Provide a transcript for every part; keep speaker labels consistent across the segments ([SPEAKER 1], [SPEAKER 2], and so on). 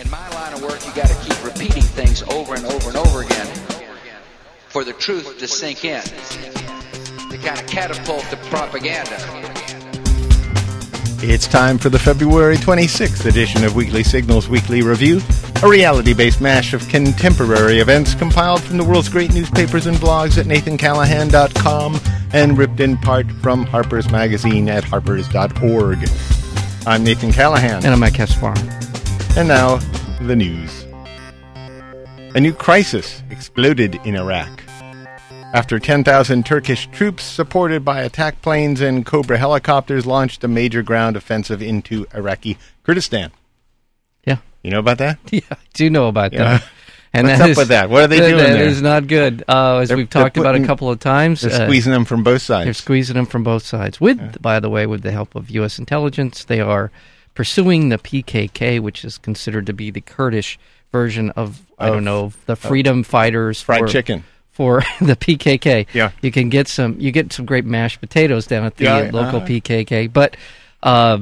[SPEAKER 1] In my line of work, you got to keep repeating things over and over and over again for the truth to sink in, to kind of catapult the propaganda.
[SPEAKER 2] It's time for the February 26th edition of Weekly Signals Weekly Review, a reality based mash of contemporary events compiled from the world's great newspapers and blogs at nathancallahan.com and ripped in part from Harper's Magazine at harpers.org. I'm Nathan Callahan.
[SPEAKER 3] And I'm at Caspar.
[SPEAKER 2] And now, the news. A new crisis exploded in Iraq. After 10,000 Turkish troops, supported by attack planes and Cobra helicopters, launched a major ground offensive into Iraqi Kurdistan.
[SPEAKER 3] Yeah.
[SPEAKER 2] You know about that?
[SPEAKER 3] Yeah, I do know about
[SPEAKER 2] Yeah.
[SPEAKER 3] that. And
[SPEAKER 2] What's
[SPEAKER 3] that
[SPEAKER 2] up
[SPEAKER 3] is-
[SPEAKER 2] with that? What are they doing
[SPEAKER 3] That
[SPEAKER 2] there?
[SPEAKER 3] is not good. Uh, as
[SPEAKER 2] They're-
[SPEAKER 3] we've
[SPEAKER 2] they're
[SPEAKER 3] talked about
[SPEAKER 2] putting-
[SPEAKER 3] a couple of times,
[SPEAKER 2] They're
[SPEAKER 3] uh,
[SPEAKER 2] squeezing them from both sides.
[SPEAKER 3] they're squeezing them from both sides. With, by the way, with the help of U.S. intelligence, they are pursuing the PKK, which is considered to be the Kurdish version of I
[SPEAKER 2] Of-
[SPEAKER 3] don't know the freedom fighters
[SPEAKER 2] Fried
[SPEAKER 3] for,
[SPEAKER 2] chicken.
[SPEAKER 3] for the PKK.
[SPEAKER 2] Yeah.
[SPEAKER 3] you can get some you get some great mashed potatoes down at the
[SPEAKER 2] Yeah,
[SPEAKER 3] uh, local
[SPEAKER 2] uh-huh.
[SPEAKER 3] PKK, but uh,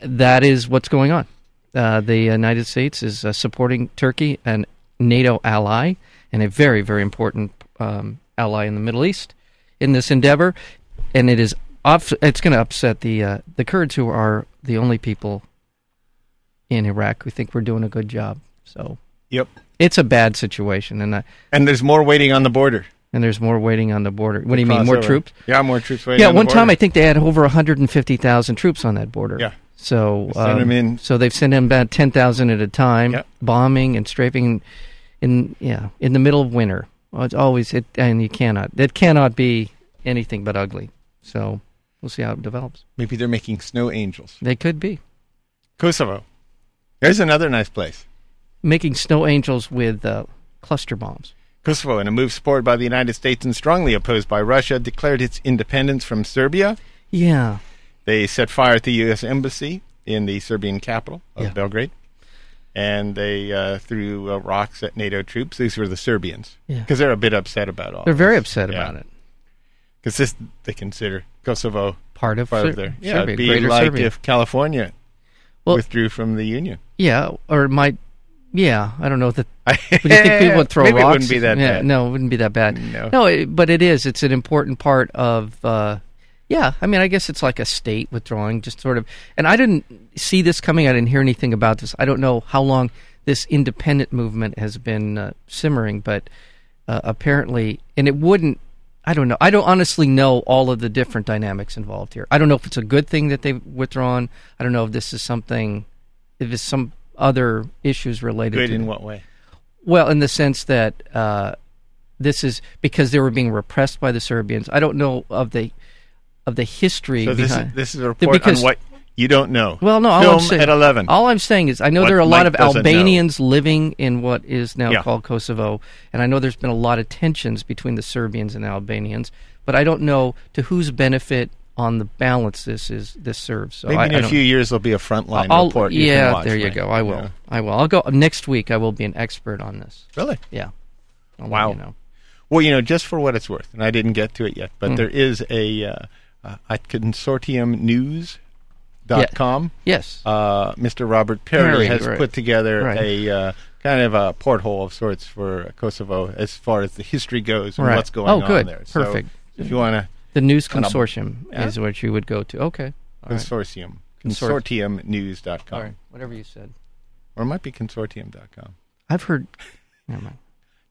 [SPEAKER 3] that is what's going on. Uh, the United States is uh, supporting Turkey, an NATO ally, and a very very important um, ally in the Middle East in this endeavor, and it is off, it's going to upset the uh, the Kurds who are the only people in Iraq who think we're doing a good job. So
[SPEAKER 2] yep.
[SPEAKER 3] it's a bad situation, and I,
[SPEAKER 2] And there's more waiting on the border.
[SPEAKER 3] and there's more waiting on the border. What do you mean, more
[SPEAKER 2] Crossover.
[SPEAKER 3] troops?
[SPEAKER 2] Yeah, more troops waiting
[SPEAKER 3] Yeah,
[SPEAKER 2] on
[SPEAKER 3] one
[SPEAKER 2] the
[SPEAKER 3] time
[SPEAKER 2] border.
[SPEAKER 3] I think they had over 150,000 troops on that border.
[SPEAKER 2] Yeah.
[SPEAKER 3] So um,
[SPEAKER 2] They sent 'em in.
[SPEAKER 3] So they've sent in about 10,000 at a time,
[SPEAKER 2] Yep.
[SPEAKER 3] bombing and strafing in yeah, in the middle of winter. Well, it's always it and you cannot. It cannot be anything but ugly. So we'll see how it develops.
[SPEAKER 2] Maybe they're making snow angels.
[SPEAKER 3] They could be
[SPEAKER 2] Kosovo. There's another nice place.
[SPEAKER 3] making snow angels with uh, cluster bombs.
[SPEAKER 2] Kosovo, in a move supported by the United States and strongly opposed by Russia, declared its independence from Serbia.
[SPEAKER 3] Yeah.
[SPEAKER 2] They set fire at the U.S. embassy in the Serbian capital of
[SPEAKER 3] Yeah.
[SPEAKER 2] Belgrade, and they uh, threw uh, rocks at NATO troops. These were the Serbians
[SPEAKER 3] Yeah.
[SPEAKER 2] because they're a bit upset about all.
[SPEAKER 3] They're very upset
[SPEAKER 2] Yeah.
[SPEAKER 3] about it.
[SPEAKER 2] because this they consider Kosovo
[SPEAKER 3] Part of,
[SPEAKER 2] part
[SPEAKER 3] Ser-
[SPEAKER 2] of their yeah.
[SPEAKER 3] Serbia,
[SPEAKER 2] it'd be
[SPEAKER 3] Greater
[SPEAKER 2] like
[SPEAKER 3] Serbia.
[SPEAKER 2] if California
[SPEAKER 3] Well-
[SPEAKER 2] withdrew from the union.
[SPEAKER 3] yeah, or it might yeah, I don't know that
[SPEAKER 2] Would you
[SPEAKER 3] Would you think people would throw
[SPEAKER 2] Maybe
[SPEAKER 3] rocks?
[SPEAKER 2] It wouldn't be that
[SPEAKER 3] yeah,
[SPEAKER 2] bad.
[SPEAKER 3] No, it wouldn't be that bad.
[SPEAKER 2] No.
[SPEAKER 3] it, but it is. It's an important part of. Uh, yeah, I mean, I guess it's like a state withdrawing, just sort of. And I didn't see this coming. I didn't hear anything about this. I don't know how long this independent movement has been uh, simmering, but uh, apparently, and it wouldn't. I don't know. I don't honestly know all of the different dynamics involved here. I don't know if it's a good thing that they've withdrawn. I don't know if this is something, if it's some other issues related
[SPEAKER 2] Good
[SPEAKER 3] to
[SPEAKER 2] in what way?
[SPEAKER 3] well, in the sense that uh, this is because they were being repressed by the Serbians. I don't know of the of the history
[SPEAKER 2] So this
[SPEAKER 3] behind
[SPEAKER 2] is, this is a report
[SPEAKER 3] because-
[SPEAKER 2] on what you don't know.
[SPEAKER 3] Well, no, all
[SPEAKER 2] Film
[SPEAKER 3] I'm saying,
[SPEAKER 2] at eleven.
[SPEAKER 3] All I'm saying is I know
[SPEAKER 2] What
[SPEAKER 3] there are a
[SPEAKER 2] Mike
[SPEAKER 3] lot of
[SPEAKER 2] doesn't know.
[SPEAKER 3] Albanians living in what is now
[SPEAKER 2] Yeah.
[SPEAKER 3] called Kosovo, and I know there's been a lot of tensions between the Serbians and Albanians, but I don't know to whose benefit on the balance this is this serves. So
[SPEAKER 2] Maybe
[SPEAKER 3] I,
[SPEAKER 2] in
[SPEAKER 3] I
[SPEAKER 2] a
[SPEAKER 3] don't-
[SPEAKER 2] few years there'll be a frontline
[SPEAKER 3] I'll-
[SPEAKER 2] report. You
[SPEAKER 3] yeah,
[SPEAKER 2] can watch,
[SPEAKER 3] there you
[SPEAKER 2] Mike.
[SPEAKER 3] go. I will.
[SPEAKER 2] Yeah.
[SPEAKER 3] I will. I'll go next week. I will be an expert on this.
[SPEAKER 2] Really?
[SPEAKER 3] Yeah. I'll let
[SPEAKER 2] Wow.
[SPEAKER 3] you know.
[SPEAKER 2] Well, you know, just for what it's worth, and I didn't get to it yet, but
[SPEAKER 3] Hmm.
[SPEAKER 2] there is a uh, uh, at consortiumnews.com.
[SPEAKER 3] Yes.
[SPEAKER 2] Uh, Mr. Robert Perry
[SPEAKER 3] Perry,
[SPEAKER 2] has
[SPEAKER 3] right.
[SPEAKER 2] put together
[SPEAKER 3] Right.
[SPEAKER 2] a uh, kind of a porthole of sorts for Kosovo as far as the history goes and
[SPEAKER 3] Right.
[SPEAKER 2] what's going
[SPEAKER 3] Oh,
[SPEAKER 2] on
[SPEAKER 3] good.
[SPEAKER 2] there. So
[SPEAKER 3] Perfect.
[SPEAKER 2] if you want to
[SPEAKER 3] The news
[SPEAKER 2] Kind of-
[SPEAKER 3] consortium
[SPEAKER 2] Yeah.
[SPEAKER 3] is what you would go to. Okay. All right.
[SPEAKER 2] consortium
[SPEAKER 3] Consort-
[SPEAKER 2] consortiumnews.com
[SPEAKER 3] All right. Whatever you said.
[SPEAKER 2] or it might be consortium.com.
[SPEAKER 3] I've heard. Never mind.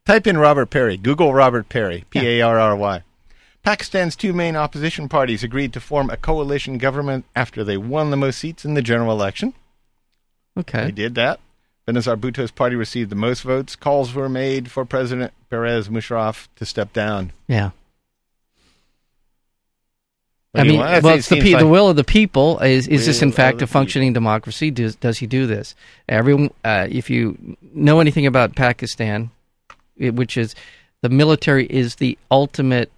[SPEAKER 2] Type in Robert Perry. Google Robert Perry. P A R R Y. Pakistan's two main opposition parties agreed to form a coalition government after they won the most seats in the general election. They
[SPEAKER 3] Okay.
[SPEAKER 2] did that. Benazir Bhutto's party received the most votes. Calls were made for President Perez Musharraf to step down.
[SPEAKER 3] Yeah.
[SPEAKER 2] What
[SPEAKER 3] I
[SPEAKER 2] do you
[SPEAKER 3] mean,
[SPEAKER 2] want? That
[SPEAKER 3] well, it's the,
[SPEAKER 2] seems
[SPEAKER 3] pe-
[SPEAKER 2] like-
[SPEAKER 3] the will of the people. Is is
[SPEAKER 2] Will
[SPEAKER 3] this
[SPEAKER 2] of
[SPEAKER 3] in
[SPEAKER 2] the
[SPEAKER 3] fact a
[SPEAKER 2] people.
[SPEAKER 3] functioning democracy? Does does he do this? Everyone, uh, if you know anything about Pakistan, it- which is the military is the ultimate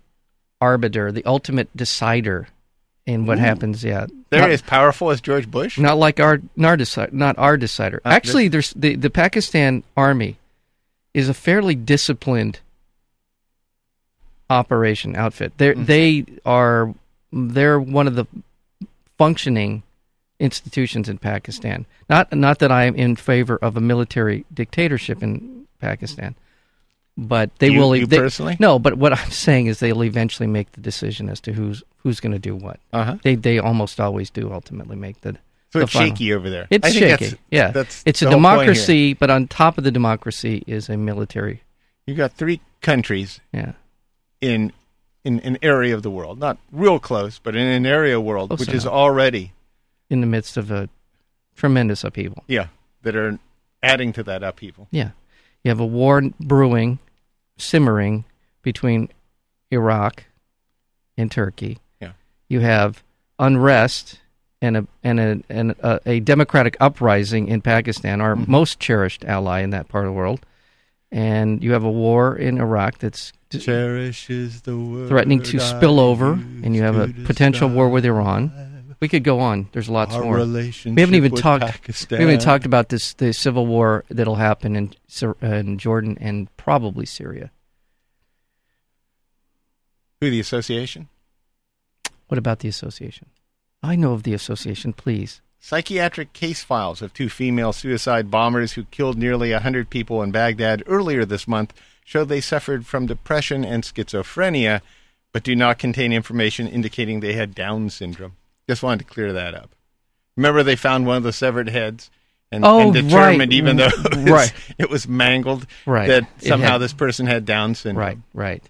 [SPEAKER 3] arbiter, the ultimate decider in what happens. Yeah,
[SPEAKER 2] They're
[SPEAKER 3] Not-
[SPEAKER 2] as powerful as George Bush.
[SPEAKER 3] Not like our not, deci- not our decider.
[SPEAKER 2] Uh,
[SPEAKER 3] Actually, there's the, the Pakistan army is a fairly disciplined operation
[SPEAKER 2] Mm-hmm.
[SPEAKER 3] outfit. They are they are they're one of the functioning institutions in Pakistan. Not not that I am in favor of a military dictatorship in Pakistan, but they
[SPEAKER 2] You-
[SPEAKER 3] will.
[SPEAKER 2] you
[SPEAKER 3] they-
[SPEAKER 2] personally?
[SPEAKER 3] no. But what I'm saying is they will eventually make the decision as to who's who's going to do what.
[SPEAKER 2] Uh-huh.
[SPEAKER 3] They they almost always do ultimately make the.
[SPEAKER 2] So
[SPEAKER 3] the
[SPEAKER 2] it's
[SPEAKER 3] final-
[SPEAKER 2] shaky over there.
[SPEAKER 3] It's
[SPEAKER 2] I think
[SPEAKER 3] shaky.
[SPEAKER 2] that's-
[SPEAKER 3] yeah,
[SPEAKER 2] that's
[SPEAKER 3] it's a
[SPEAKER 2] the whole point here.
[SPEAKER 3] democracy, but on top of the democracy is a military.
[SPEAKER 2] You got three countries
[SPEAKER 3] Yeah.
[SPEAKER 2] in in an area of the world, not real close, but in an area world
[SPEAKER 3] Close
[SPEAKER 2] which is
[SPEAKER 3] enough.
[SPEAKER 2] already
[SPEAKER 3] in the midst of a tremendous upheaval.
[SPEAKER 2] yeah that are adding to that upheaval.
[SPEAKER 3] Yeah. You have a war brewing, simmering between Iraq and Turkey.
[SPEAKER 2] Yeah.
[SPEAKER 3] You have unrest and a and a and a, a democratic uprising in Pakistan, our
[SPEAKER 2] Mm-hmm.
[SPEAKER 3] most cherished ally in that part of the world. And you have a war in Iraq that's d-
[SPEAKER 2] Cherishes the world
[SPEAKER 3] threatening to spill over, and you have a potential war with Iran. We could go on. There's lots more.
[SPEAKER 2] relationship
[SPEAKER 3] We haven't even talked. We haven't even talked about this the civil war that'll happen in Syr- uh, in Jordan and probably Syria.
[SPEAKER 2] who the association
[SPEAKER 3] What about the association? I know of the association. Please,
[SPEAKER 2] Psychiatric case files of two female suicide bombers who killed nearly 100 people in Baghdad earlier this month show they suffered from depression and schizophrenia, but do not contain information indicating they had Down syndrome. Just wanted to clear that up. Remember, they found one of the severed heads and,
[SPEAKER 3] Oh,
[SPEAKER 2] and determined,
[SPEAKER 3] right.
[SPEAKER 2] even though it was,
[SPEAKER 3] Right.
[SPEAKER 2] it was mangled,
[SPEAKER 3] Right.
[SPEAKER 2] that
[SPEAKER 3] It
[SPEAKER 2] somehow
[SPEAKER 3] had-
[SPEAKER 2] this person had Down syndrome.
[SPEAKER 3] right, right.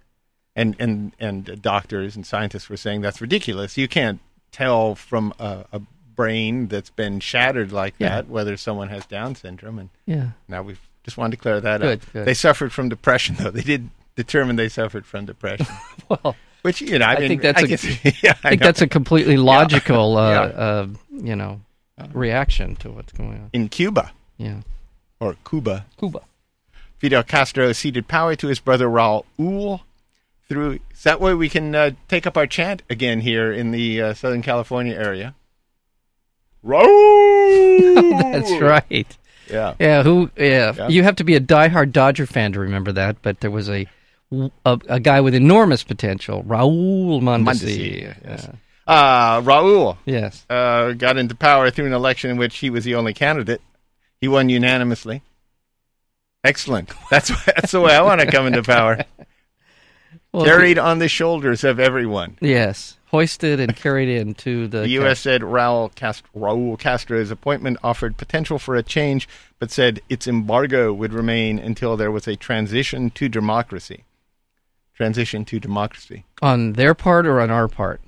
[SPEAKER 2] And, and, and doctors and scientists were saying that's ridiculous. You can't tell from a, a brain that's been shattered like
[SPEAKER 3] Yeah.
[SPEAKER 2] that whether someone has Down syndrome. And
[SPEAKER 3] Yeah,
[SPEAKER 2] now we've just wanted to clear that
[SPEAKER 3] Good,
[SPEAKER 2] up.
[SPEAKER 3] good.
[SPEAKER 2] They suffered from depression, though. They did determine they suffered from depression,
[SPEAKER 3] well,
[SPEAKER 2] which, you know, I,
[SPEAKER 3] I
[SPEAKER 2] mean,
[SPEAKER 3] think that's
[SPEAKER 2] I
[SPEAKER 3] a-
[SPEAKER 2] guess- yeah,
[SPEAKER 3] I think that's a completely logical, uh,
[SPEAKER 2] Yeah. Uh-huh.
[SPEAKER 3] uh, you know, reaction to what's going on.
[SPEAKER 2] in Cuba
[SPEAKER 3] Yeah,
[SPEAKER 2] or Cuba.
[SPEAKER 3] Cuba.
[SPEAKER 2] Fidel Castro ceded power to his brother Raul through. So that way we can uh, take up our chant again here in the uh, Southern California area. Raul!
[SPEAKER 3] That's right.
[SPEAKER 2] Yeah.
[SPEAKER 3] Yeah, who? Yeah.
[SPEAKER 2] Yeah.
[SPEAKER 3] you have to be a diehard Dodger fan to remember that. But there was a a, a guy with enormous potential, Raul Mondesi.
[SPEAKER 2] Mondesi, yes.
[SPEAKER 3] Yeah.
[SPEAKER 2] Uh, Raul.
[SPEAKER 3] yes.
[SPEAKER 2] uh, got into power through an election in which he was the only candidate. He won unanimously. Excellent. That's that's the way I want to come into power.
[SPEAKER 3] Well,
[SPEAKER 2] Carried on the shoulders of everyone.
[SPEAKER 3] Yes, hoisted and carried into the,
[SPEAKER 2] The U.S. said Raul, Cast- Raul Castro's appointment offered potential for a change, but said its embargo would remain until there was a transition to democracy. Transition to democracy.
[SPEAKER 3] on their part or on our part.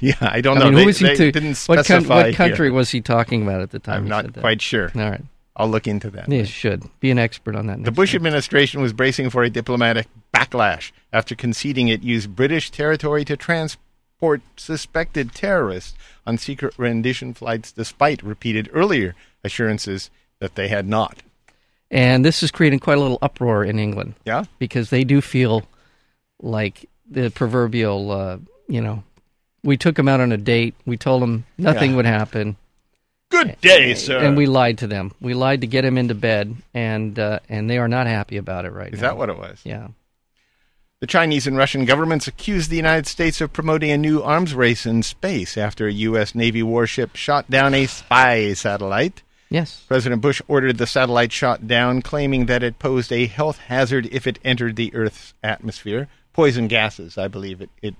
[SPEAKER 2] yeah, I don't know.
[SPEAKER 3] I mean,
[SPEAKER 2] they,
[SPEAKER 3] who was he
[SPEAKER 2] they
[SPEAKER 3] to?
[SPEAKER 2] didn't
[SPEAKER 3] what,
[SPEAKER 2] specify.
[SPEAKER 3] coun- what
[SPEAKER 2] here.
[SPEAKER 3] country was he talking about at the time?
[SPEAKER 2] I'm
[SPEAKER 3] he
[SPEAKER 2] not
[SPEAKER 3] said that?
[SPEAKER 2] quite sure.
[SPEAKER 3] All right,
[SPEAKER 2] I'll look into that.
[SPEAKER 3] you should be an expert on that.
[SPEAKER 2] The
[SPEAKER 3] next
[SPEAKER 2] Bush
[SPEAKER 3] time.
[SPEAKER 2] administration was bracing for a diplomatic backlash after conceding it used British territory to transport suspected terrorists on secret rendition flights, despite repeated earlier assurances that they had not.
[SPEAKER 3] and this is creating quite a little uproar in England
[SPEAKER 2] Yeah?
[SPEAKER 3] because they do feel like the proverbial, uh, you know, we took him out on a date. We told him nothing
[SPEAKER 2] Yeah.
[SPEAKER 3] would happen.
[SPEAKER 2] Good day, sir.
[SPEAKER 3] And we lied to them. We lied to get him into bed, and uh, and they are not happy about it right
[SPEAKER 2] Is
[SPEAKER 3] now.
[SPEAKER 2] that what it was?
[SPEAKER 3] Yeah.
[SPEAKER 2] The Chinese and Russian governments accused the United States of promoting a new arms race in space after a U.S. Navy warship shot down a spy satellite.
[SPEAKER 3] Yes.
[SPEAKER 2] President Bush ordered the satellite shot down, claiming that it posed a health hazard if it entered the Earth's atmosphere. Poison gases, I believe it, it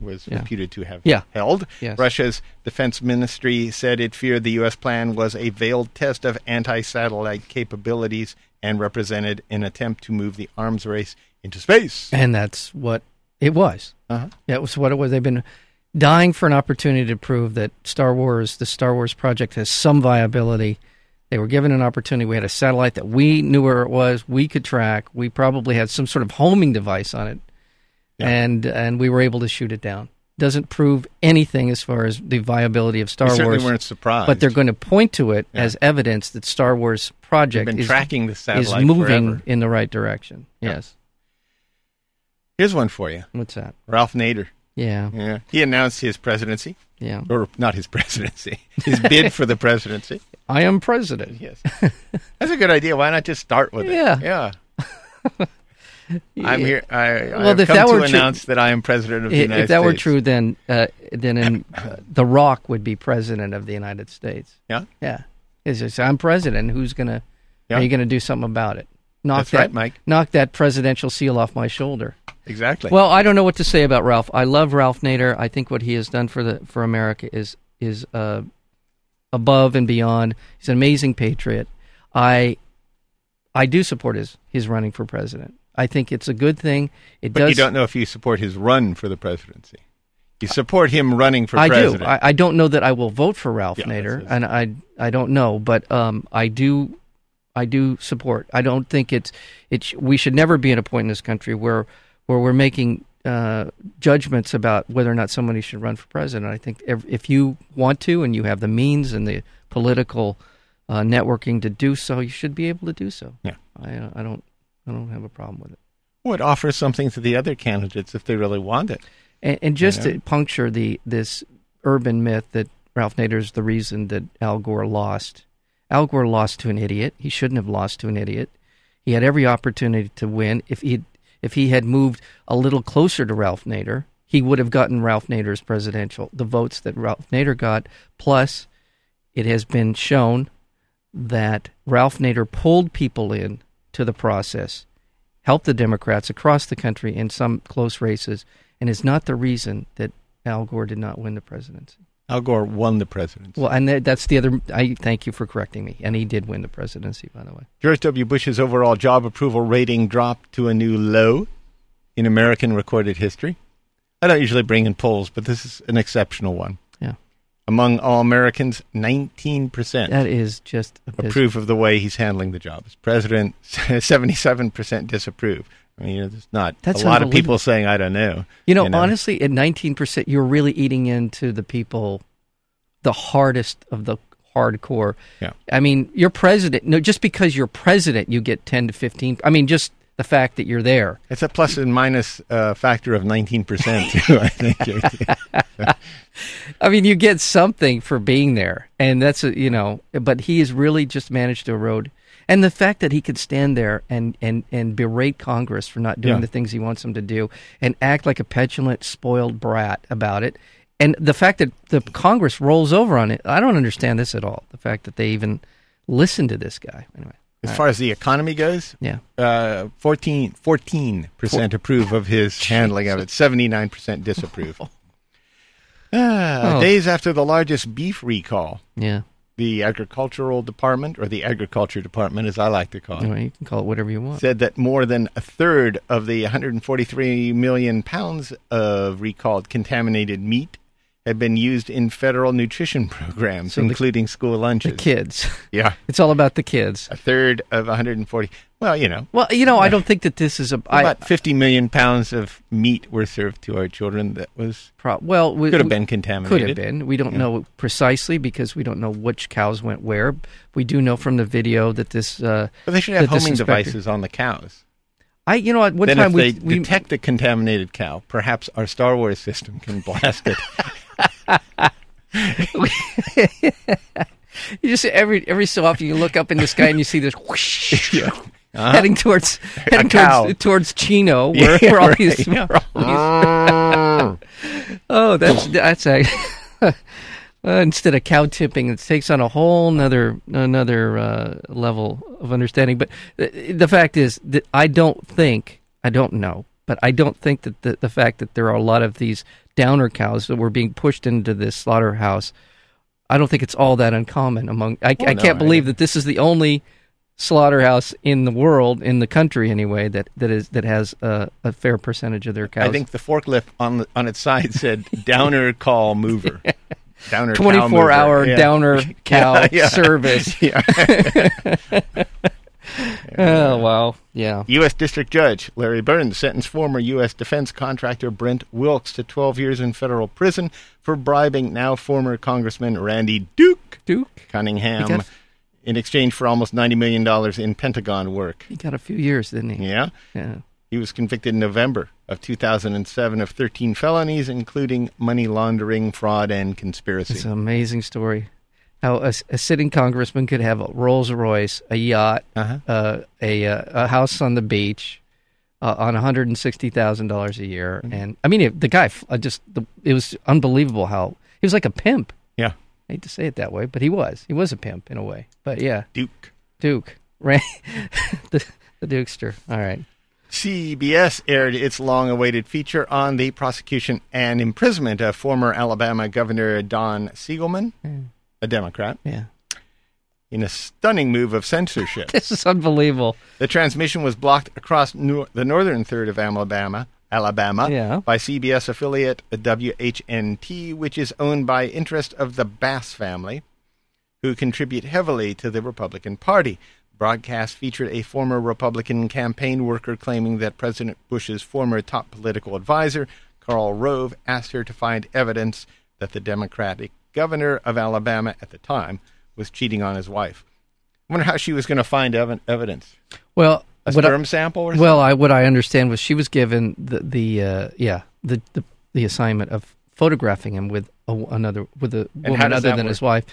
[SPEAKER 2] was
[SPEAKER 3] Yeah.
[SPEAKER 2] reputed to have
[SPEAKER 3] Yeah.
[SPEAKER 2] held.
[SPEAKER 3] Yes.
[SPEAKER 2] Russia's defense ministry said it feared the U.S. plan was a veiled test of anti satellite capabilities and represented an attempt to move the arms race into space.
[SPEAKER 3] And that's what it was.
[SPEAKER 2] Uh-huh.
[SPEAKER 3] That was what it was. They've been dying for an opportunity to prove that Star Wars, the Star Wars project, has some viability. They were given an opportunity. We had a satellite that we knew where it was. We could track. We probably had some sort of homing device on it,
[SPEAKER 2] Yeah.
[SPEAKER 3] and and we were able to shoot it down. Doesn't prove anything as far as the viability of Star
[SPEAKER 2] We certainly
[SPEAKER 3] Wars.
[SPEAKER 2] weren't surprised.
[SPEAKER 3] but they're going to point to it as evidence that Star Wars
[SPEAKER 2] They've
[SPEAKER 3] project
[SPEAKER 2] been
[SPEAKER 3] is,
[SPEAKER 2] tracking the
[SPEAKER 3] is
[SPEAKER 2] satellite
[SPEAKER 3] moving
[SPEAKER 2] forever.
[SPEAKER 3] in the right direction. Yes.
[SPEAKER 2] Here's one for you
[SPEAKER 3] What's that?
[SPEAKER 2] Ralph Nader.
[SPEAKER 3] Yeah.
[SPEAKER 2] Yeah. He announced his presidency.
[SPEAKER 3] Yeah.
[SPEAKER 2] or not his presidency, his bid for the presidency.
[SPEAKER 3] I am president.
[SPEAKER 2] Yes, that's a good idea. Why not just start with it?
[SPEAKER 3] Yeah.
[SPEAKER 2] yeah. I'm here. I, I
[SPEAKER 3] Well,
[SPEAKER 2] have
[SPEAKER 3] if
[SPEAKER 2] come
[SPEAKER 3] that
[SPEAKER 2] to
[SPEAKER 3] were true-
[SPEAKER 2] announce that I am president of the
[SPEAKER 3] if
[SPEAKER 2] United
[SPEAKER 3] that were
[SPEAKER 2] States.
[SPEAKER 3] true, then uh, then in, The Rock would be president of the United States.
[SPEAKER 2] Yeah,
[SPEAKER 3] Yeah, it's just I'm president. Who's gonna?
[SPEAKER 2] Yeah.
[SPEAKER 3] Are you gonna do something about it? Knock
[SPEAKER 2] That's
[SPEAKER 3] that,
[SPEAKER 2] right, Mike.
[SPEAKER 3] Knock that presidential seal off my shoulder.
[SPEAKER 2] exactly.
[SPEAKER 3] Well, I don't know what to say about Ralph. I love Ralph Nader. I think what he has done for the for America is is uh, above and beyond. He's an amazing patriot. I I do support his his running for president. I think it's a good thing. It
[SPEAKER 2] but
[SPEAKER 3] does.
[SPEAKER 2] you don't know if you support his run for the presidency. You support him running for
[SPEAKER 3] I
[SPEAKER 2] president.
[SPEAKER 3] do. I, I don't know that I will vote for Ralph
[SPEAKER 2] Yeah,
[SPEAKER 3] Nader,
[SPEAKER 2] that's-
[SPEAKER 3] and I I don't know, but um, I do I do support. I don't think it's it's we should never be at a point in this country where where we're making uh, judgments about whether or not somebody should run for president. I think if, if you want to and you have the means and the political uh, networking to do so, you should be able to do so.
[SPEAKER 2] Yeah.
[SPEAKER 3] I, I don't I don't have a problem with it.
[SPEAKER 2] would offer something to the other candidates if they really want it.
[SPEAKER 3] And, and just
[SPEAKER 2] You know?
[SPEAKER 3] to puncture the this urban myth that Ralph Nader is the reason that Al Gore lost. Al Gore lost to an idiot. He shouldn't have lost to an idiot. He had every opportunity to win. If he if he had moved a little closer to Ralph Nader, he would have gotten Ralph Nader's presidential the votes that Ralph Nader got. Plus, it has been shown that Ralph Nader pulled people in to the process, helped the Democrats across the country in some close races, and is not the reason that Al Gore did not win the presidency.
[SPEAKER 2] Al Gore won the presidency.
[SPEAKER 3] Well, and that, that's the other. I thank you for correcting me. And he did win the presidency, by the way.
[SPEAKER 2] George W. Bush's overall job approval rating dropped to a new low in American recorded history. I don't usually bring in polls, but this is an exceptional one.
[SPEAKER 3] Yeah,
[SPEAKER 2] Among all Americans, 19%
[SPEAKER 3] that is just abysmal.
[SPEAKER 2] approve of the way he's handling the job as president, 77% disapprove. I mean, you know, there's not
[SPEAKER 3] That's
[SPEAKER 2] a lot of
[SPEAKER 3] unbelievable.
[SPEAKER 2] people saying, I don't know.
[SPEAKER 3] You know, honestly, at nineteen percent, you're really eating into the people, the hardest of the hardcore.
[SPEAKER 2] Yeah.
[SPEAKER 3] I mean, you're president. No, just because you're president, you get ten to fifteen. I mean, just the fact that you're there.
[SPEAKER 2] It's a plus and minus uh, factor of 19%, too, I think.
[SPEAKER 3] I mean, you get something for being there, and that's a, you know. But he has really just managed to erode, and the fact that he could stand there and and and berate Congress for not doing
[SPEAKER 2] Yeah.
[SPEAKER 3] the things he wants them to do, and act like a petulant, spoiled brat about it, and the fact that the Congress rolls over on it, I don't understand this at all. The fact that they even listen to this guy, anyway.
[SPEAKER 2] As far as the economy goes,
[SPEAKER 3] Yeah.
[SPEAKER 2] uh, 14, percent approve of his handling of it, 79% disapprove. Ah,
[SPEAKER 3] Oh.
[SPEAKER 2] Days after the largest beef recall,
[SPEAKER 3] Yeah,
[SPEAKER 2] the Agricultural Department, or the Agriculture Department as I like to call it,
[SPEAKER 3] anyway, you can call it whatever you want.
[SPEAKER 2] said that more than a third of the 143 million pounds of recalled contaminated meat had been used in federal nutrition programs,
[SPEAKER 3] So the-
[SPEAKER 2] including school lunches.
[SPEAKER 3] The kids.
[SPEAKER 2] Yeah,
[SPEAKER 3] it's all about the kids.
[SPEAKER 2] a third of 140. Well, you know,
[SPEAKER 3] Well, you know, I don't think that this is a. I,
[SPEAKER 2] about 50 million pounds of meat were served to our children. That was
[SPEAKER 3] pro- well, we,
[SPEAKER 2] could have
[SPEAKER 3] we-
[SPEAKER 2] been
[SPEAKER 3] Could
[SPEAKER 2] contaminated.
[SPEAKER 3] have been. We don't know precisely because we don't know which cows went where. We do know from the video that this. Uh,
[SPEAKER 2] But they should have
[SPEAKER 3] that this
[SPEAKER 2] homing
[SPEAKER 3] inspector-
[SPEAKER 2] devices on the cows.
[SPEAKER 3] I, you know, at one
[SPEAKER 2] then
[SPEAKER 3] time
[SPEAKER 2] if
[SPEAKER 3] we,
[SPEAKER 2] they
[SPEAKER 3] we
[SPEAKER 2] detect a contaminated cow, perhaps our Star Wars system can blast it.
[SPEAKER 3] you just every every so often you look up in the sky and you see this whoosh, heading towards heading
[SPEAKER 2] Uh-huh. cow.
[SPEAKER 3] towards, towards Chino, where,
[SPEAKER 2] Yeah,
[SPEAKER 3] where all
[SPEAKER 2] right,
[SPEAKER 3] these.
[SPEAKER 2] yeah.
[SPEAKER 3] where all these- oh, that's that's a. Uh, instead of cow tipping, it takes on a whole another another uh, level of understanding. But uh, the, the fact is, that I don't think I don't know, but I don't think that the, the fact that there are a lot of these downer cows that were being pushed into this slaughterhouse, I don't think it's all that uncommon among. I, I
[SPEAKER 2] Oh, no,
[SPEAKER 3] can't
[SPEAKER 2] I
[SPEAKER 3] believe that this is the only slaughterhouse in the world, in the country anyway, that that is that has a, a fair percentage of their cows.
[SPEAKER 2] I think the forklift on the, on its side said "Downer Call Mover." Downer cow mover.
[SPEAKER 3] twenty-four hour
[SPEAKER 2] Yeah.
[SPEAKER 3] downer cow
[SPEAKER 2] yeah.
[SPEAKER 3] service.
[SPEAKER 2] Yeah.
[SPEAKER 3] Oh wow, yeah.
[SPEAKER 2] U.S. District Judge Larry Burns sentenced former U.S. defense contractor Brent Wilkes to 12 years in federal prison for bribing now former Congressman Randy Duke
[SPEAKER 3] Duke,
[SPEAKER 2] Cunningham
[SPEAKER 3] He got-
[SPEAKER 2] in exchange for almost $90 million in Pentagon work.
[SPEAKER 3] he got a few years, didn't he?
[SPEAKER 2] Yeah.
[SPEAKER 3] yeah.
[SPEAKER 2] He was convicted in November of 2007 of 13 felonies, including money laundering, fraud, and conspiracy.
[SPEAKER 3] It's an amazing story. How a, a sitting congressman could have a Rolls Royce, a yacht,
[SPEAKER 2] Uh-huh.
[SPEAKER 3] uh, a uh, a house on the beach, uh, on one hundred and sixty thousand dollars a year, and I mean it, the guy f- uh, just the, it was unbelievable how he was like a pimp.
[SPEAKER 2] Yeah.
[SPEAKER 3] I hate to say it that way, but he was he was a pimp in a way. But yeah,
[SPEAKER 2] Duke.
[SPEAKER 3] Duke, right? the, the Dukester. All right.
[SPEAKER 2] CBS aired its long awaited feature on the prosecution and imprisonment of former Alabama Governor Don Siegelman, a Democrat,
[SPEAKER 3] Yeah.
[SPEAKER 2] in a stunning move of censorship.
[SPEAKER 3] This is unbelievable.
[SPEAKER 2] the transmission was blocked across nor- the northern third of Alabama. Alabama
[SPEAKER 3] Yeah.
[SPEAKER 2] by CBS affiliate WHNT, which is owned by interest of the Bass family, who contribute heavily to the Republican Party. Broadcast featured a former Republican campaign worker claiming that President Bush's former top political advisor, Karl Rove, asked her to find evidence that the Democratic governor of Alabama at the time was cheating on his wife. I wonder how she was going to find ev- evidence.
[SPEAKER 3] Well,
[SPEAKER 2] A
[SPEAKER 3] what I-
[SPEAKER 2] sperm sample or something?
[SPEAKER 3] uh, well, I what I understand was she was given the the uh, yeah the, the the assignment of photographing him with a, another with a
[SPEAKER 2] how
[SPEAKER 3] woman
[SPEAKER 2] does
[SPEAKER 3] other
[SPEAKER 2] that
[SPEAKER 3] than
[SPEAKER 2] work?
[SPEAKER 3] his wife.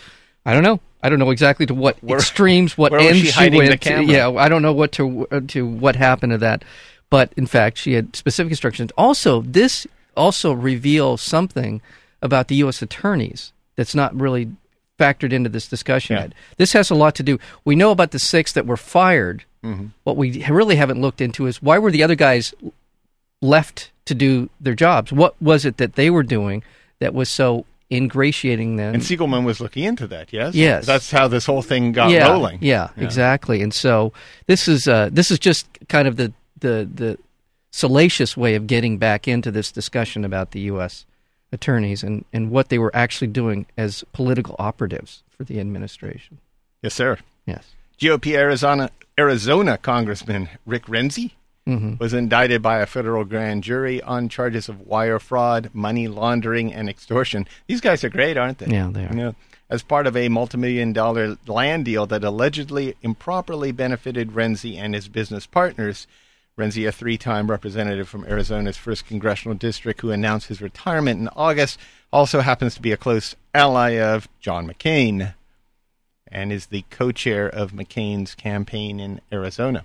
[SPEAKER 3] I don't know. I don't know exactly to what
[SPEAKER 2] Where-
[SPEAKER 3] extremes, what
[SPEAKER 2] where was
[SPEAKER 3] ends
[SPEAKER 2] she hiding the
[SPEAKER 3] went. to.
[SPEAKER 2] camera?
[SPEAKER 3] Yeah, I don't know what to uh, to what happened to that, but in fact, she had specific instructions. Also, this also reveals something about the U.S. attorneys that's not really factored into this discussion.
[SPEAKER 2] Yeah.
[SPEAKER 3] yet. This has a lot to do. We know about the six that were fired.
[SPEAKER 2] Mm-hmm.
[SPEAKER 3] What we really haven't looked into is why were the other guys left to do their jobs? What was it that they were doing that was so ingratiating them?
[SPEAKER 2] and Siegelman was looking into that, yes?
[SPEAKER 3] Yes.
[SPEAKER 2] That's how this whole thing got
[SPEAKER 3] yeah,
[SPEAKER 2] rolling.
[SPEAKER 3] Yeah, exactly. And so this is uh, this is just kind of the the the salacious way of getting back into this discussion about the U.S. attorneys and and what they were actually doing as political operatives for the administration.
[SPEAKER 2] Yes, sir.
[SPEAKER 3] Yes.
[SPEAKER 2] GOP Arizona Arizona Congressman Rick Renzi
[SPEAKER 3] Mm-hmm.
[SPEAKER 2] was indicted by a federal grand jury on charges of wire fraud, money laundering, and extortion. These guys are great, aren't they?
[SPEAKER 3] Yeah, they are.
[SPEAKER 2] You know, as part of a multimillion dollar land deal that allegedly improperly benefited Renzi and his business partners. Renzi, a three time representative from Arizona's 1st Congressional District who announced his retirement in August, also happens to be a close ally of John McCain and is the co chair of McCain's campaign in Arizona.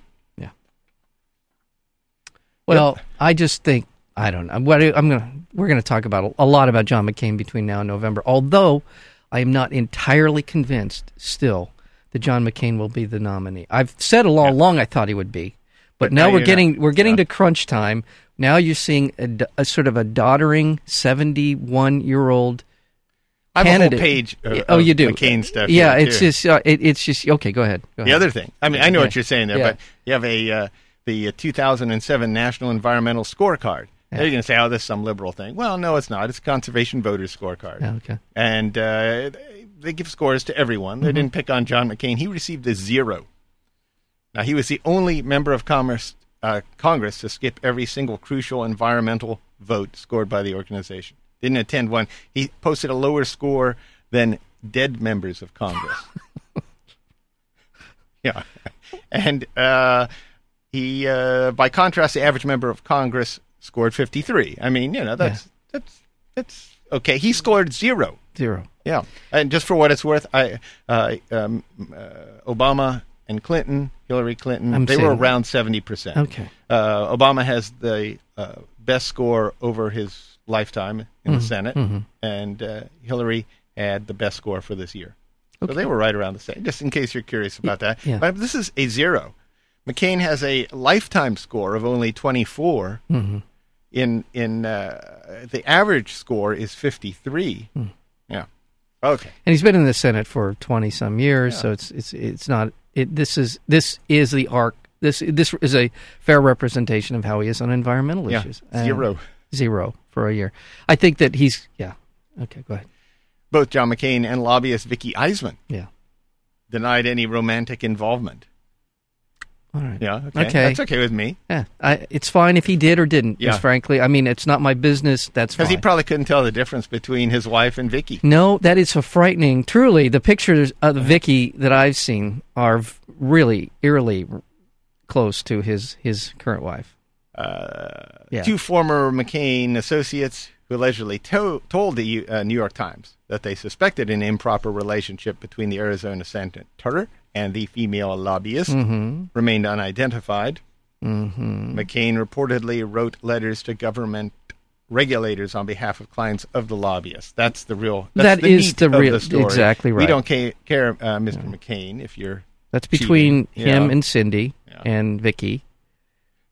[SPEAKER 3] Well, I just think I don't know. What I- I'm gonna we're gonna talk about a lot about John McCain between now and November. Although I am not entirely convinced still that John McCain will be the nominee. I've said all along I thought he would be, but,
[SPEAKER 2] But
[SPEAKER 3] now,
[SPEAKER 2] now
[SPEAKER 3] we're
[SPEAKER 2] you're
[SPEAKER 3] getting
[SPEAKER 2] not.
[SPEAKER 3] we're getting
[SPEAKER 2] Yeah.
[SPEAKER 3] to crunch time. Now you're seeing a, d- a sort of a doddering 71 year old.
[SPEAKER 2] I have
[SPEAKER 3] candidate.
[SPEAKER 2] a whole page of,
[SPEAKER 3] oh,
[SPEAKER 2] of
[SPEAKER 3] you do
[SPEAKER 2] McCain stuff.
[SPEAKER 3] Yeah,
[SPEAKER 2] here,
[SPEAKER 3] it's
[SPEAKER 2] too.
[SPEAKER 3] just uh, it, it's just okay. Go ahead. Go
[SPEAKER 2] the
[SPEAKER 3] ahead.
[SPEAKER 2] other thing. I mean, I know what you're saying there,
[SPEAKER 3] Yeah.
[SPEAKER 2] but you have a uh, the 2007 National Environmental Scorecard. They're going to say, "Oh, this is some liberal thing." Well, no, it's not. It's a conservation voters scorecard,
[SPEAKER 3] Yeah, okay.
[SPEAKER 2] and uh, they give scores to everyone. They didn't pick on John McCain. He received a zero. Now he was the only member of Commerce uh, Congress to skip every single crucial environmental vote scored by the organization. Didn't attend one. He posted a lower score than dead members of Congress. yeah, and uh, he, uh, by contrast, the average member of Congress scored fifty-three. I mean, you know, that's that's that's okay. He scored zero.
[SPEAKER 3] Zero.
[SPEAKER 2] Yeah, and just for what it's worth, I uh, um, uh, Obama and Clinton, Hillary Clinton,
[SPEAKER 3] I'm
[SPEAKER 2] they were
[SPEAKER 3] saying-
[SPEAKER 2] around seventy percent.
[SPEAKER 3] Okay.
[SPEAKER 2] uh, Obama has the uh, best score over his lifetime in
[SPEAKER 3] Mm-hmm.
[SPEAKER 2] the Senate, and uh, Hillary had the best score for this year. So they were right around the same. Just in case you're curious about that,
[SPEAKER 3] Yeah.
[SPEAKER 2] but this is a zero. McCain has a lifetime score of only twenty
[SPEAKER 3] Mm-hmm.
[SPEAKER 2] In in uh, the average score is fifty three.
[SPEAKER 3] Mm.
[SPEAKER 2] Yeah. Okay.
[SPEAKER 3] and he's been in the Senate for twenty some years, so it's it's it's not. It, this is this is the arc. This this is a fair representation of how he is on environmental
[SPEAKER 2] Yeah,
[SPEAKER 3] issues. And
[SPEAKER 2] zero.
[SPEAKER 3] zero for a year. I think that he's yeah. Okay, go ahead.
[SPEAKER 2] Both John McCain and lobbyist Vicky Eisman
[SPEAKER 3] Yeah,
[SPEAKER 2] denied any romantic involvement.
[SPEAKER 3] all right.
[SPEAKER 2] Yeah. Okay.
[SPEAKER 3] Okay.
[SPEAKER 2] That's okay with me
[SPEAKER 3] Yeah, I, it's fine if he did or didn't. 'cause
[SPEAKER 2] Yeah.
[SPEAKER 3] frankly, I mean, it's not my business. That's
[SPEAKER 2] because
[SPEAKER 3] fine.
[SPEAKER 2] he probably couldn't tell the difference between his wife and Vicky.
[SPEAKER 3] No, that is so frightening. Truly, the pictures of
[SPEAKER 2] Uh-huh.
[SPEAKER 3] Vicky that I've seen are v- really eerily close to his his current wife.
[SPEAKER 2] Uh,
[SPEAKER 3] Yeah.
[SPEAKER 2] Two former McCain associates who allegedly to- told the U- uh, New York Times that they suspected an improper relationship between the
[SPEAKER 3] Mm-hmm.
[SPEAKER 2] Arizona senator and the female lobbyist remained unidentified. McCain reportedly wrote letters to government regulators on behalf of clients of the lobbyists. That's the real. That's
[SPEAKER 3] That
[SPEAKER 2] the
[SPEAKER 3] is
[SPEAKER 2] meat
[SPEAKER 3] the
[SPEAKER 2] of
[SPEAKER 3] real-
[SPEAKER 2] the story.
[SPEAKER 3] exactly
[SPEAKER 2] We
[SPEAKER 3] right.
[SPEAKER 2] don't ca- care, uh, Mr. McCain, if you're
[SPEAKER 3] That's between
[SPEAKER 2] cheating.
[SPEAKER 3] him
[SPEAKER 2] Yeah.
[SPEAKER 3] and Cindy
[SPEAKER 2] Yeah.
[SPEAKER 3] and Vicky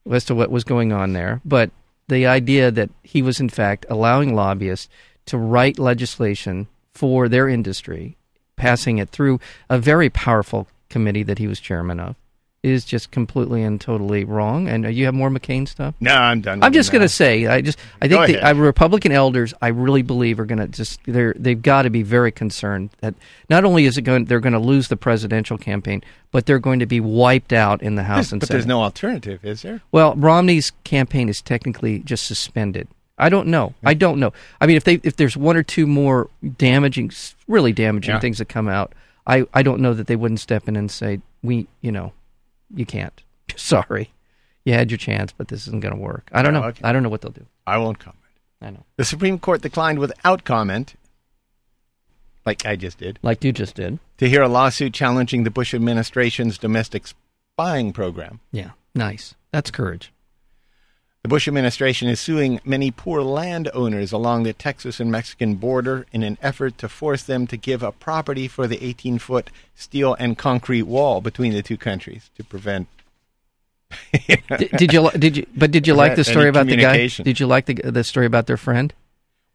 [SPEAKER 3] as to what was going on there. But the idea that he was, in fact, allowing lobbyists to write legislation for their industry, passing it through a very powerful committee that he was chairman of, is just completely and totally wrong. And uh, you have more McCain stuff?
[SPEAKER 2] No, I'm done.
[SPEAKER 3] I'm
[SPEAKER 2] with
[SPEAKER 3] just
[SPEAKER 2] him
[SPEAKER 3] going
[SPEAKER 2] now.
[SPEAKER 3] to say, I just, I
[SPEAKER 2] Go
[SPEAKER 3] think the
[SPEAKER 2] ahead.
[SPEAKER 3] uh, Republican elders, I really believe, are going to just, they're, they've got to be very concerned that not only is it going, they're going to lose the presidential campaign, but they're going to be wiped out in the House
[SPEAKER 2] There's-
[SPEAKER 3] and
[SPEAKER 2] but
[SPEAKER 3] Senate.
[SPEAKER 2] there's no alternative, is there?
[SPEAKER 3] well, Romney's campaign is technically just suspended. I don't know. I don't know. I mean, if they, if there's one or two more damaging, s- really damaging
[SPEAKER 2] Yeah.
[SPEAKER 3] things that come out, I, I don't know that they wouldn't step in and say, we, you know, you can't. Sorry. You had your chance, but this isn't going to work. I don't know.
[SPEAKER 2] Okay.
[SPEAKER 3] I don't know what they'll do.
[SPEAKER 2] I won't comment.
[SPEAKER 3] I know.
[SPEAKER 2] The Supreme Court declined without comment, like I just did,
[SPEAKER 3] Like you just did.
[SPEAKER 2] to hear a lawsuit challenging the Bush administration's domestic spying program.
[SPEAKER 3] Yeah. Nice. That's courage.
[SPEAKER 2] The Bush administration is suing many poor landowners along the Texas and Mexican border in an effort to force them to give up property for the 18 foot steel and concrete wall between the two countries to prevent.
[SPEAKER 3] did, did you li- did you but did you
[SPEAKER 2] Is
[SPEAKER 3] like
[SPEAKER 2] that
[SPEAKER 3] the story
[SPEAKER 2] any
[SPEAKER 3] about the guy?
[SPEAKER 2] communication?
[SPEAKER 3] Did you like the the story about their friend?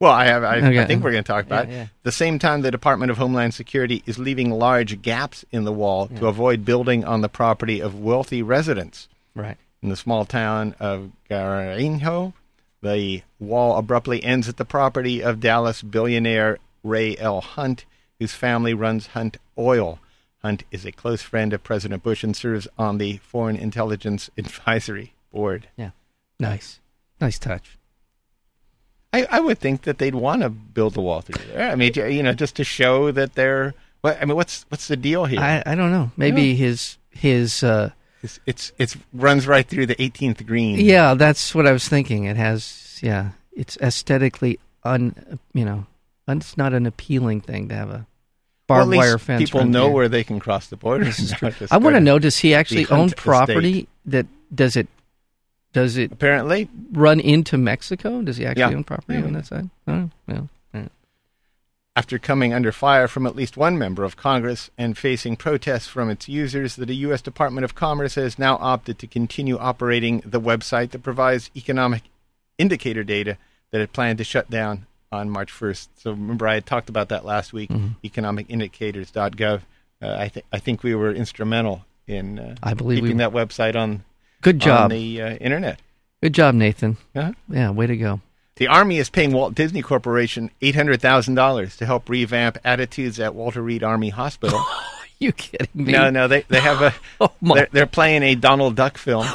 [SPEAKER 2] Well, I, have, I, I
[SPEAKER 3] Okay.
[SPEAKER 2] think we're going to talk about
[SPEAKER 3] Yeah,
[SPEAKER 2] it.
[SPEAKER 3] yeah.
[SPEAKER 2] The same time, the Department of Homeland Security is leaving large gaps in the wall to avoid building on the property of wealthy residents.
[SPEAKER 3] Right.
[SPEAKER 2] In the small town of Garanjo, the wall abruptly ends at the property of Dallas billionaire Ray L. Hunt, whose family runs Hunt Oil. Hunt is a close friend of President Bush and serves on the Foreign Intelligence Advisory Board.
[SPEAKER 3] Yeah. Nice. Nice touch.
[SPEAKER 2] I, I would think that they'd want to build the wall through there. I mean, ju- you know, just to show that they're. What, I mean, what's what's the deal here?
[SPEAKER 3] I, I don't know. Maybe his his uh
[SPEAKER 2] it's, it's it's runs right through the 18th green.
[SPEAKER 3] yeah, that's what I was thinking. It has yeah, it's aesthetically un you know, un, it's not an appealing thing to have a
[SPEAKER 2] Well, at
[SPEAKER 3] barbed
[SPEAKER 2] least
[SPEAKER 3] wire fence.
[SPEAKER 2] People
[SPEAKER 3] around
[SPEAKER 2] know
[SPEAKER 3] here.
[SPEAKER 2] where they can cross the border.
[SPEAKER 3] This is
[SPEAKER 2] now
[SPEAKER 3] true.
[SPEAKER 2] at this
[SPEAKER 3] I want to
[SPEAKER 2] point.
[SPEAKER 3] know does he actually
[SPEAKER 2] Hunt
[SPEAKER 3] own
[SPEAKER 2] estate.
[SPEAKER 3] property that does it does it
[SPEAKER 2] Apparently,
[SPEAKER 3] run into Mexico? Does he actually
[SPEAKER 2] Yeah.
[SPEAKER 3] own property
[SPEAKER 2] Yeah.
[SPEAKER 3] on that side? I don't know. Yeah. Yeah.
[SPEAKER 2] after coming under fire from at least one member of Congress and facing protests from its users, the U.S. Department of Commerce has now opted to continue operating the website that provides economic indicator data that it planned to shut down on March 1st. So remember, I had talked about that last week.
[SPEAKER 3] Mm-hmm.
[SPEAKER 2] Economicindicators.gov. Uh, I think I think we were instrumental in uh,
[SPEAKER 3] I believe we
[SPEAKER 2] keeping that website on
[SPEAKER 3] Good
[SPEAKER 2] on
[SPEAKER 3] job.
[SPEAKER 2] the uh, internet.
[SPEAKER 3] Good job, Nathan.
[SPEAKER 2] Uh-huh.
[SPEAKER 3] Yeah, way to go.
[SPEAKER 2] The Army is paying Walt Disney Corporation $800,000 to help revamp attitudes at Walter Reed Army Hospital.
[SPEAKER 3] you kidding me?
[SPEAKER 2] no, no, they, they have a.
[SPEAKER 3] Oh, my.
[SPEAKER 2] They're, they're playing a Donald Duck film,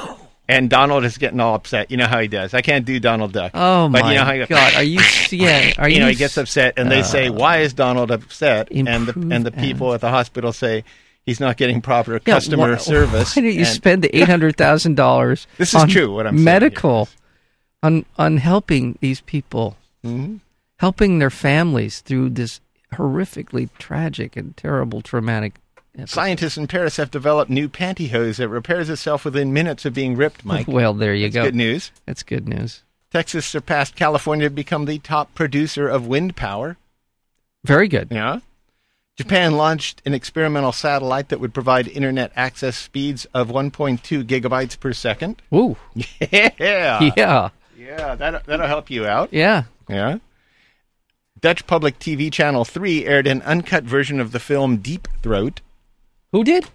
[SPEAKER 2] and Donald is getting all upset. You know how he does. I can't do Donald Duck.
[SPEAKER 3] Oh
[SPEAKER 2] but
[SPEAKER 3] my
[SPEAKER 2] you know how he goes,
[SPEAKER 3] God! Are you? Yeah. Are
[SPEAKER 2] you,
[SPEAKER 3] you?
[SPEAKER 2] know, he gets upset, and they say, "Why is Donald upset?" And the
[SPEAKER 3] Improve
[SPEAKER 2] and the people at the hospital say, "He's not getting proper
[SPEAKER 3] Yeah,
[SPEAKER 2] customer
[SPEAKER 3] why-
[SPEAKER 2] service."
[SPEAKER 3] Why did you
[SPEAKER 2] and-
[SPEAKER 3] spend the eight hundred thousand dollars?
[SPEAKER 2] This is true, what I'm saying here.
[SPEAKER 3] medical on on helping these people,
[SPEAKER 2] Mm-hmm.
[SPEAKER 3] helping their families through this horrifically tragic and terrible traumatic.
[SPEAKER 2] Scientists in Paris have developed new pantyhose that repairs itself within minutes of being ripped. Mike,
[SPEAKER 3] well, there you go.
[SPEAKER 2] good news.
[SPEAKER 3] That's good news.
[SPEAKER 2] Texas surpassed California to become the top producer of wind power.
[SPEAKER 3] Very good.
[SPEAKER 2] Yeah. Japan launched an experimental satellite that would provide internet access speeds of 1.2 gigabytes per second.
[SPEAKER 3] Ooh.
[SPEAKER 2] Yeah.
[SPEAKER 3] yeah.
[SPEAKER 2] Yeah, that, that'll help you out.
[SPEAKER 3] Yeah.
[SPEAKER 2] Yeah. Dutch public TV channel 3 aired an uncut version of the film Deep Throat.
[SPEAKER 3] Who did?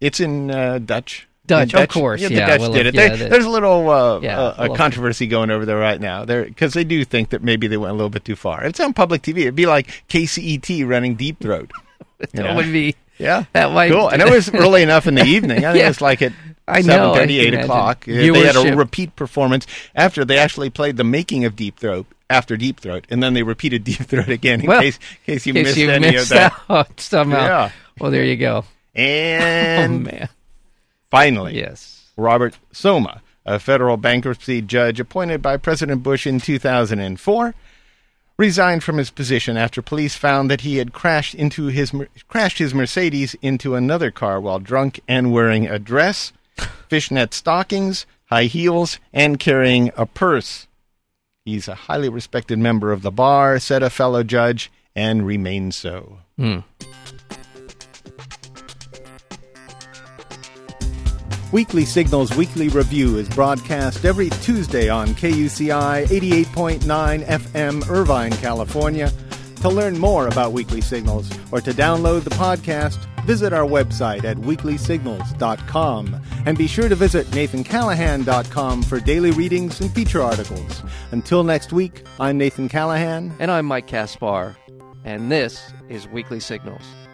[SPEAKER 2] It's in uh, Dutch.
[SPEAKER 3] Dutch,
[SPEAKER 2] The
[SPEAKER 3] of course,
[SPEAKER 2] Yeah, the
[SPEAKER 3] yeah,
[SPEAKER 2] Dutch
[SPEAKER 3] well,
[SPEAKER 2] did it.
[SPEAKER 3] yeah,
[SPEAKER 2] There-
[SPEAKER 3] that-
[SPEAKER 2] there's a little uh,
[SPEAKER 3] Yeah,
[SPEAKER 2] uh,
[SPEAKER 3] well,
[SPEAKER 2] a controversy going over there right now. There because they do think that maybe they went a little bit too far. It's on public TV. It'd be like KCET running Deep Throat.
[SPEAKER 3] That
[SPEAKER 2] Yeah.
[SPEAKER 3] would be.
[SPEAKER 2] Yeah,
[SPEAKER 3] That might-
[SPEAKER 2] cool. And it was early enough in the evening. I think it was like at
[SPEAKER 3] I
[SPEAKER 2] seven
[SPEAKER 3] know,
[SPEAKER 2] thirty,
[SPEAKER 3] I can
[SPEAKER 2] eight o'clock. Uh,
[SPEAKER 3] imagine.
[SPEAKER 2] They had a
[SPEAKER 3] Viewership.
[SPEAKER 2] repeat performance after they actually played the making of Deep Throat after Deep Throat, and then they repeated Deep Throat again in
[SPEAKER 3] Well,
[SPEAKER 2] case in case you
[SPEAKER 3] In case
[SPEAKER 2] missed
[SPEAKER 3] you
[SPEAKER 2] any
[SPEAKER 3] missed
[SPEAKER 2] of that.
[SPEAKER 3] out somehow.
[SPEAKER 2] Yeah.
[SPEAKER 3] Well, there you go.
[SPEAKER 2] And
[SPEAKER 3] oh man.
[SPEAKER 2] finally,
[SPEAKER 3] Yes.
[SPEAKER 2] Robert Soma, a federal bankruptcy judge appointed by President Bush in 2004, resigned from his position after police found that he had crashed into his Mer- crashed his Mercedes into another car while drunk and wearing a dress. fishnet stockings, high heels, and carrying a purse. He's a highly respected member of the bar, said a fellow judge, and remains so.
[SPEAKER 3] Hmm.
[SPEAKER 2] Weekly Signals Weekly Review is broadcast every Tuesday on KUCI 88.9 FM, Irvine, California. To learn more about Weekly Signals or to download the podcast, visit our website at weeklysignals.com. And be sure to visit nathancallahan.com for daily readings and feature articles. Until next week, I'm Nathan Callahan.
[SPEAKER 4] And I'm Mike Kaspar, and this is Weekly Signals.